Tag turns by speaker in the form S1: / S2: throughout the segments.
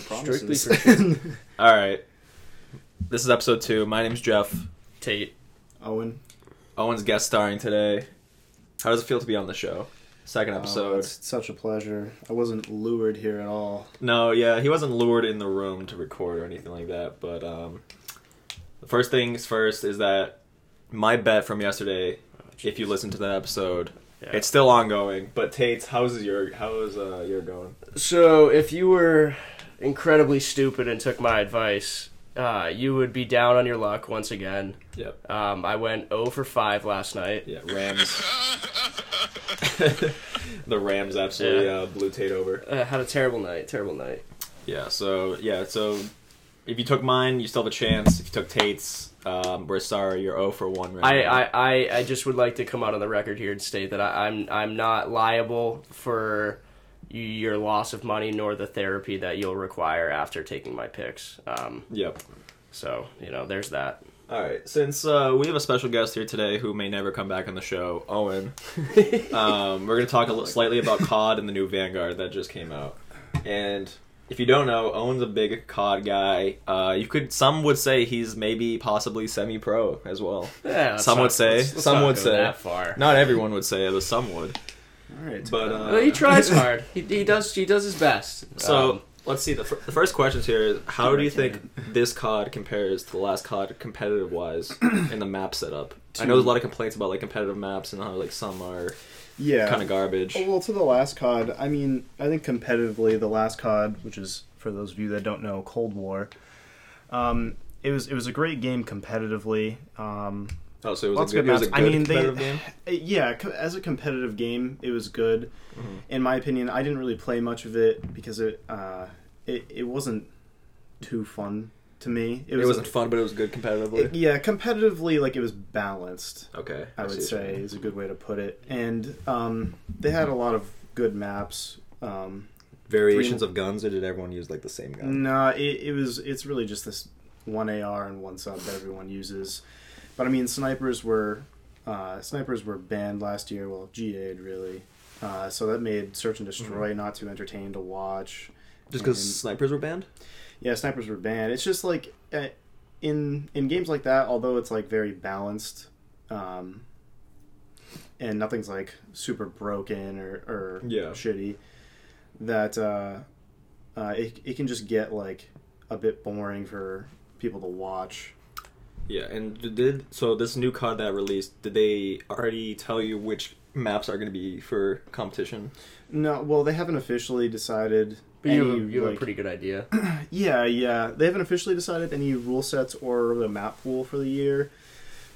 S1: Strictly
S2: promises.
S1: for-
S3: All right. This is episode two. My name's Jeff Tate.
S2: Owen.
S3: Owen's guest starring today. How does it feel to be on the show? Second
S2: Oh,
S3: episode.
S2: it's such a pleasure. I wasn't lured here at all.
S3: no, yeah, he wasn't lured in the room to record or anything like that. But um, the first things first is that my bet from yesterday, if you listen to that episode,
S1: Yeah.
S3: it's still ongoing. But Tate's, how's your how's uh, your going?
S1: So, if you were incredibly stupid and took my advice, uh, you would be down on your luck once again.
S3: Yep.
S1: Um, I went 0 for 5 last night.
S3: Yeah, Rams. the Rams absolutely
S1: Yeah.
S3: uh, blew Tate over.
S1: Uh, had a terrible night. Terrible night.
S3: Yeah, so yeah, so if you took mine, you still have a chance. If you took Tate's, um, we're sorry, you're 0 for 1 right
S1: I,
S3: now.
S1: I, I, I just would like to come out on the record here and state that I, I'm I'm not liable for y- your loss of money nor the therapy that you'll require after taking my picks. Um,
S3: Yep.
S1: so you know, there's that.
S3: All right. Since uh, we have a special guest here today who may never come back on the show, Owen, um, we're going to talk a little, slightly about COD and the new Vanguard that just came out. And if you don't know, Owen's a big COD guy. Uh, you could some would say he's maybe possibly semi-pro as well.
S1: Yeah, let's
S3: Some would
S1: not-
S3: say-
S1: let's- let's
S3: some
S1: not
S3: would
S1: go
S3: say.
S1: that far.
S3: Not everyone would say it, but some would.
S2: All right.
S3: But uh,
S1: Well, he tries hard. He, he does. He does his best.
S3: So
S1: Um,
S3: let's see. The, fir- the first question here is: How do you
S2: Correct,
S3: think this COD compares to the last COD competitive wise in the map setup? I know there's a lot of complaints about like competitive maps and how like some are
S2: yeah.
S3: kind of garbage.
S2: Oh, well, to the last COD, I mean, I think competitively, the last COD, which is for those of you that don't know, Cold War. Um, it was it was a great game competitively. Um,
S3: Oh, so it was,
S2: lots
S3: a
S2: of
S3: good, it was a
S2: maps.
S3: good
S2: I mean, they,
S3: competitive game.
S2: yeah, co- as a competitive game, it was good.
S3: Mm-hmm.
S2: In my opinion, I didn't really play much of it because it uh, it, it wasn't too fun to me.
S3: It, was, not fun, but it was good competitively.
S2: it- yeah, competitively, like it was balanced.
S3: okay,
S2: I
S3: see
S2: would
S3: what you
S2: say
S3: mean.
S2: is a good way to put it. And um, they had a lot of good maps. Um,
S3: variations of guns, or did everyone use like the same gun?
S2: nah, it, it was it's really just this one AR and one sub that everyone uses. But I mean, snipers were uh, snipers were banned last year. Well, GA'd really. Uh, so that made search
S3: Mm-hmm.
S2: and destroy not too entertaining to watch.
S3: Just because
S2: And-
S3: snipers were banned.
S2: yeah, snipers were banned. It's just like eh, in in games like that, although it's like very balanced, um, and nothing's like super broken or or
S3: Yeah.
S2: shitty. That uh, uh, it it can just get like a bit boring for people to watch.
S3: Yeah, and d- did so this new COD that released? Did they already tell you which maps are going to be for competition?
S2: No, well, they haven't officially decided.
S1: but you,
S2: any,
S1: have, a- you have
S2: like-
S1: a pretty good idea.
S2: Yeah, yeah. They haven't officially decided any rule sets or the map pool for the year,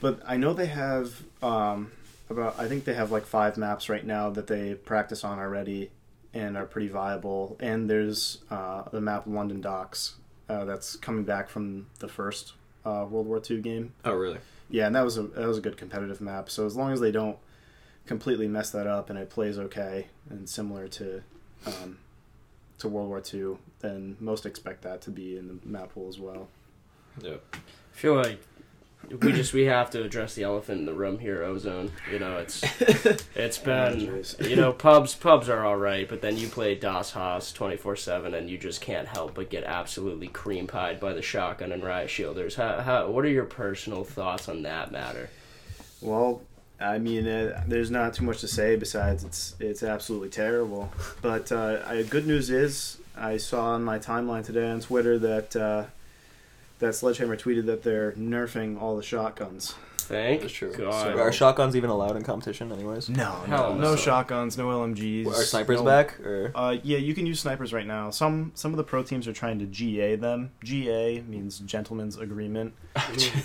S2: but I know they have um, about. I think they have like five maps right now that they practice on already and are pretty viable. And there's uh, the map London Docks uh, that's coming back from the first uh, World War II game.
S3: Oh, really?
S2: Yeah, and that was a that was a good competitive map. So as long as they don't completely mess that up and it plays okay and similar to um, to World War II, then most expect that to be in the map pool as well.
S3: Yeah.
S1: I feel like we just we have to address the elephant in the room here, ozone. You know, it's it's been you know pubs pubs are all right, but then you play Das Haas twenty four seven, and you just can't help but get absolutely cream pied by the shotgun and riot shielders. How, how what are your personal thoughts on that matter?
S2: Well, I mean, uh, there's not too much to say besides it's it's absolutely terrible. But uh, I, good news is, I saw on my timeline today on Twitter that uh, that Sledgehammer tweeted that they're nerfing all the shotguns.
S1: Thank
S3: That's true.
S1: God.
S3: So are shotguns even allowed in competition, anyways?
S2: No,
S1: Hell
S2: no
S1: no.
S2: shotguns, no LMGs.
S3: Are snipers
S2: no-
S3: back? Or
S2: Uh, yeah, you can use snipers right now. Some some of the pro teams are trying to GA them. GA means gentleman's agreement.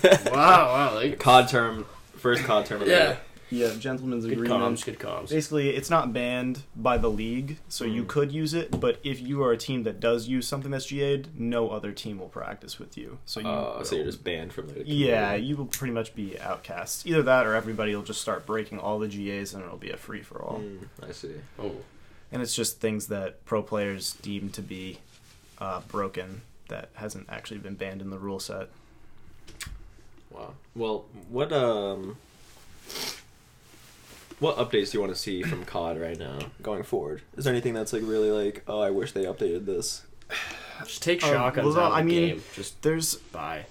S1: wow, wow, like,
S3: COD term, first COD term. of the
S1: yeah,
S3: year.
S2: Yeah, gentleman's
S1: good
S2: agreement.
S1: comms, good comms.
S2: Basically, it's not banned by the league, so you could use it. But if you are a team that does use something that's GA'd, no other team will practice with you. So you,
S3: Uh, so
S2: will-
S3: you're just banned from the. community.
S2: yeah, you will pretty much be outcast. Either that, or everybody will just start breaking all the GAs, and it'll be a free for all.
S3: Mm, I see.
S1: Oh.
S2: and it's just things that pro players deem to be uh, broken that hasn't actually been banned in the rule set.
S3: Wow. Well, what um, what updates do you want to see from COD right now going forward? Is there anything that's like really like, oh, I wish they updated this?
S1: Just take
S2: Um,
S1: shotguns
S2: well,
S1: out of
S2: I
S1: the
S2: mean-
S1: game. Just
S2: There's
S1: buy.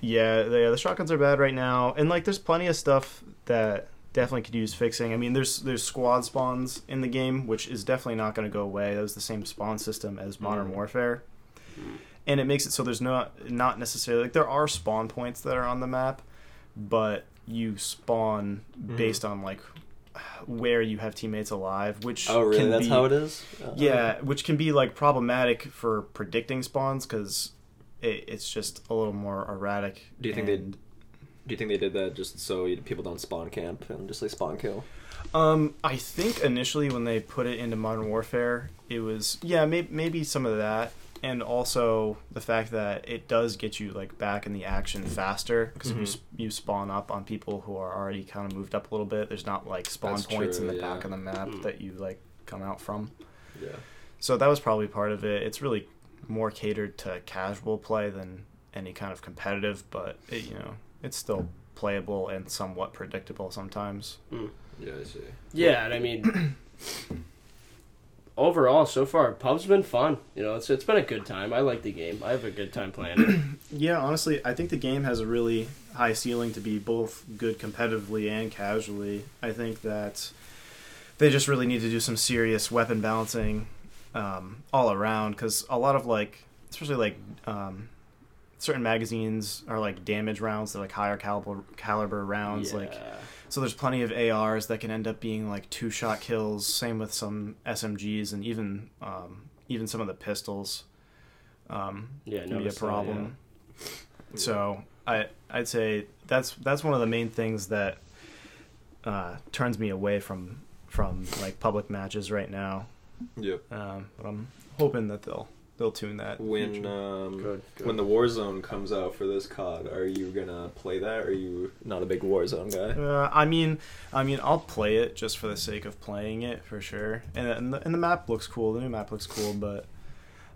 S2: Yeah, the, yeah, the shotguns are bad right now, and like there's plenty of stuff that definitely could use fixing. I mean, there's there's squad spawns in the game, which is definitely not going to go away. That was the same spawn system as
S3: Hmm.
S2: Modern
S1: Mm.
S2: Warfare, and it makes it so there's no not necessarily like there are spawn points that are on the map, but you spawn
S3: Mhm.
S2: based on like where you have teammates alive, which
S3: Oh, really?
S2: can
S3: That's
S2: be-
S3: how it is. Uh,
S2: yeah, which can be like problematic for predicting spawns because it, it's just a little more erratic.
S3: Do you think
S2: and-
S3: Do you think they did that just so you- people don't spawn camp and just like spawn kill?
S2: Um, I think initially when they put it into Modern Warfare, it was yeah, may- maybe some of that, and also the fact that it does get you like back in the action faster because
S3: Mhm.
S2: you, s- you spawn up on people who are already kind of moved up a little bit. There's not like spawn
S3: That's
S2: points
S3: true,
S2: in the
S3: yeah. Hmm.
S2: back of the map
S1: Mm.
S2: that you like come out from.
S3: Yeah.
S2: So that was probably part of it. It's really more catered to casual play than any kind of competitive, but it, you know, it's still playable and somewhat predictable sometimes.
S3: Yeah, I see.
S1: Yeah, and I mean, overall, so far, pub's been fun. You know, it's it's been a good time. I like the game. I have a good time playing it.
S2: Yeah, honestly, I think the game has a really high ceiling to be both good competitively and casually. I think that they just really need to do some serious weapon balancing um, all around because a lot of like, especially like um, certain magazines are like damage rounds, they're like higher caliber caliber rounds, like
S1: Yeah.
S2: so there's plenty of ARs that can end up being like two shot kills. Same with some SMGs and even um, even some of the pistols um,
S1: Yeah, uh, I
S2: can be a
S1: noticed that,
S2: problem. So I I'd say that's that's one of the main things that uh, turns me away from from like public matches right now.
S3: Yep.
S2: Um, but I'm hoping that they'll they'll tune that in the
S3: When
S2: future.
S3: um,
S1: Good, good.
S3: when the Warzone comes out for this COD, are you gonna play that? Or are you not a big Warzone guy?
S2: Uh, I mean, I mean, I'll play it just for the sake of playing it for sure. And and the, and the map looks cool. The new map looks cool, but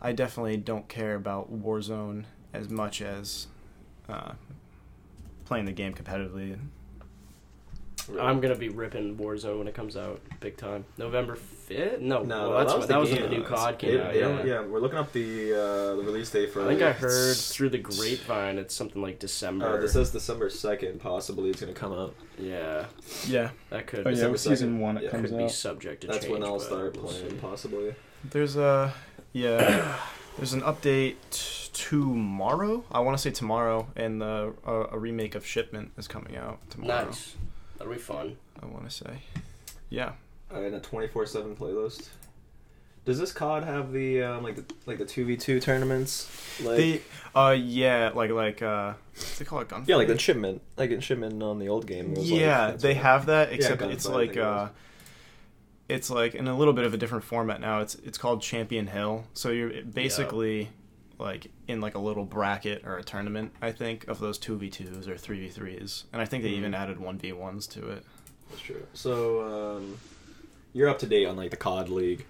S2: I definitely don't care about Warzone as much as uh, playing the game competitively.
S1: I'm gonna be ripping Warzone when it comes out, big time. November fifth? No,
S3: No,
S1: well, that's
S3: that,
S1: when, that was when
S3: game.
S1: the new COD
S3: They-
S1: came out.
S3: they
S1: Yeah.
S3: don't- yeah, we're looking up the uh, the release date for.
S1: I think I heard
S2: It's-
S1: through the grapevine it's something like December.
S3: Uh, this says December second. Possibly it's gonna come out.
S1: yeah,
S2: Yeah.
S1: that could
S2: Oh yeah,
S3: December
S2: with season
S3: 2nd.
S2: one it
S3: Yeah.
S2: comes
S1: could be
S2: out.
S1: subject to
S3: That's
S1: change.
S3: when I'll
S1: but
S3: start
S1: we'll
S3: playing.
S1: see.
S3: Possibly.
S2: There's a yeah. There's an update t- tomorrow. I want to say tomorrow, and the uh, a remake of Shipment is coming out tomorrow.
S1: Nice. That'll be fun.
S2: I want to say, yeah.
S3: Uh, in a twenty four seven playlist. Does this COD have the um, like the like the two v two tournaments? Like,
S2: They, uh, yeah, like like uh, what's they call it gunfight?
S3: yeah, like the shipment, like in shipment on the old game. it was like-
S2: yeah,
S3: that's
S2: they
S3: what-
S2: have that. Except
S3: gunfight,
S2: it's
S3: I
S2: like
S3: think it
S2: uh,
S3: was.
S2: it's like in a little bit of a different format now. It's it's called Champion Hill. So you're basically like in like a little bracket or a tournament. I think of those two v twos or three v threes, and I think they
S3: Mm-hmm.
S2: even added one v ones to it.
S3: That's true. So um, you're up to date on like the COD League.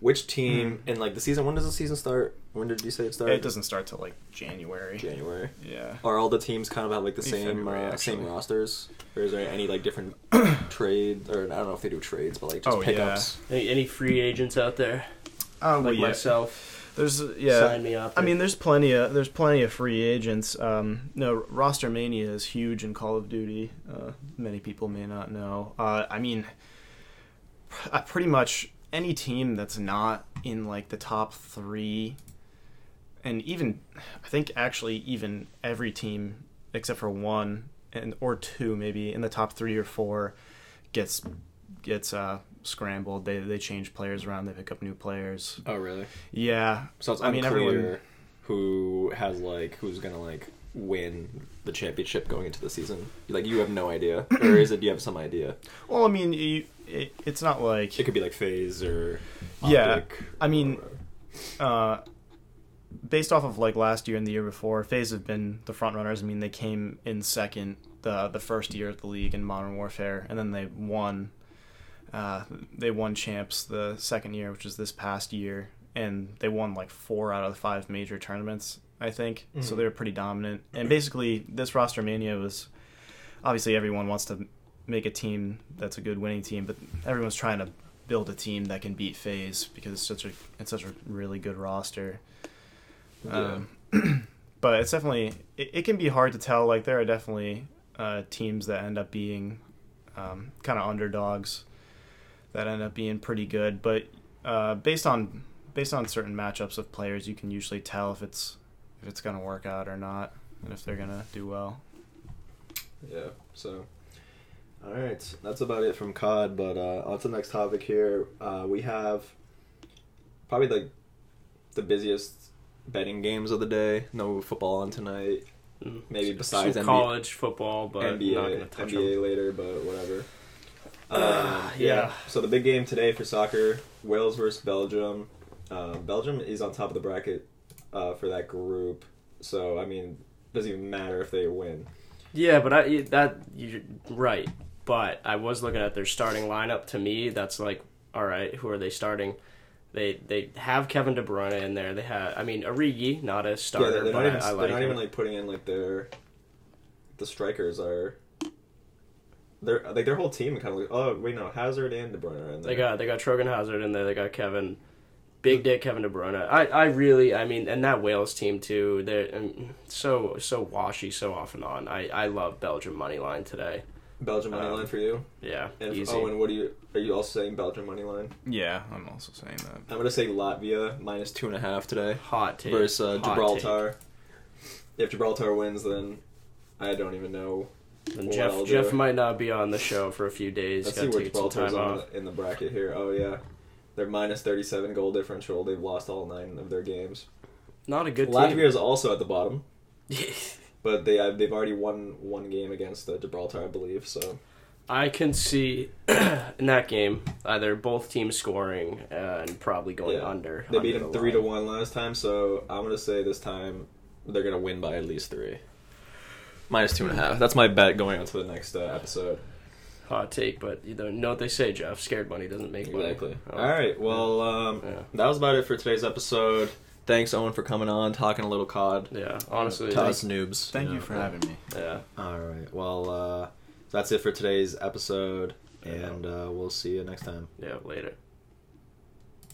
S3: Which team and like the season? When does the season start? When did you say it started?
S2: Hmm. It doesn't start till like January.
S3: January.
S2: Yeah.
S3: Are all the teams kind of have like the
S2: Maybe
S3: same
S2: February,
S3: uh, same
S2: actually.
S3: rosters, or is there any like different trade? Or I don't know if they do trades, but like just
S2: Oh, yeah.
S3: pickups.
S1: Any, any free agents out there
S2: Oh
S1: like myself?
S2: There's yeah.
S1: Sign me up.
S2: I mean, there's plenty of there's plenty of free agents. Um, no, roster mania is huge in Call of Duty. Uh, many people may not know. Uh, I mean, pr- uh, pretty much any team that's not in like the top three, and even I think actually even every team except for one and or two maybe in the top three or four gets gets uh, scrambled. They they change players around. They pick up new players.
S3: Oh really?
S2: Yeah,
S3: So it's
S2: I mean,
S3: unclear
S2: everyone-
S3: who has like who's gonna like win the championship going into the season. Like you have no idea, or is it? Do you have some idea?
S2: Well, I mean, you, it, it's not like
S3: It could be like phase or
S2: Yeah,
S3: Optic
S2: I mean-
S3: or-
S2: uh, based off of like last year and the year before. Phase have been the front runners. I mean, they came in second the the first year of the league in Modern Warfare, and then they won. Uh, they won champs the second year, which was this past year, and they won like four out of the five major tournaments. I think so.
S3: Mhm.
S2: They were pretty dominant, and basically this roster mania was obviously everyone wants to make a team that's a good winning team, but everyone's trying to build a team that can beat Phase because it's such a it's such a really good roster. Um, but it's definitely it, it can be hard to tell. Like there are definitely uh, teams that end up being um, kind of underdogs that end up being pretty good. But uh, based on based on certain matchups of players, you can usually tell if it's if it's gonna work out or not, and if they're gonna do well.
S3: Yeah. So, all right, that's about it from COD. But uh, on to the next topic here. Uh, we have probably like the busiest betting games of the day. No football on tonight.
S1: Mm.
S3: Maybe besides
S1: Some
S3: NBA,
S1: college football, but not gonna
S3: NBA,
S1: touch Ah,
S3: NBA later, but whatever. Um, yeah.
S1: yeah.
S3: So the big game today for soccer: Wales versus Belgium. Uh, Belgium is on top of the bracket uh, for that group, so I mean, doesn't even matter if they win.
S1: Yeah, but I that you're right. But I was looking at their starting lineup. To me, that's like, all right, who are they starting? They they have Kevin De Bruyne in there. They have, I mean, Origi, not a
S3: Yeah,
S1: starter,
S3: they're, they're
S1: but
S3: not even
S1: I, I
S3: they're
S1: like
S3: not
S1: him.
S3: even like putting in like their the strikers are. They're, like their whole team kind of like oh wait no Hazard and De Bruyne are in there.
S1: They got they got Trogan Hazard in there. They got Kevin, Big Dick Kevin De Bruyne. I, I really I mean, and that Wales team too. They're um, so so washy, so off and on. I I love Belgium money line today.
S3: Belgium money
S2: Um,
S3: line for you.
S1: Yeah,
S3: And
S1: easy.
S3: Owen, what do you are you also saying Belgium money line?
S2: Yeah, I'm also saying that.
S3: I'm gonna say Latvia minus two and a half today
S1: hot take
S3: versus uh,
S1: hot
S3: Gibraltar. If Gibraltar wins, then I don't even know.
S1: take. And
S3: Well,
S1: Jeff
S3: they're-
S1: Jeff might not be on the show for a few days.
S3: Let's
S1: Got
S3: see
S1: to
S3: where
S1: take some
S3: Gibraltar's
S1: time
S3: on
S1: off.
S3: in the bracket here. Oh yeah, they're minus thirty-seven goal differential. They've lost all nine of their games.
S1: Not a good
S3: Latvia is also at the bottom,
S1: team.
S3: but they uh, they've already won one game against uh, Gibraltar, I believe. So
S1: I can see in that game either both teams scoring uh, and probably going
S3: Yeah.
S1: under.
S3: they beat
S1: under
S3: them
S1: the
S3: three to
S1: line.
S3: one last time. So I'm gonna say this time they're gonna win by at least three. Minus two and a half. That's my bet going on to the next uh, episode.
S1: Hot take, but you don't know what they say, Jeff. Scared money doesn't make money.
S3: Exactly.
S1: Oh.
S3: All right. Well, um,
S1: Yeah.
S3: that was about it for today's episode. Thanks, Owen, for coming on, talking a little COD.
S1: Yeah, honestly.
S3: to us noobs.
S2: Thank you
S3: know.
S2: for having me.
S1: Yeah.
S3: All right. Well, uh, that's it for today's episode, and uh, we'll see you next time.
S1: Yeah, later.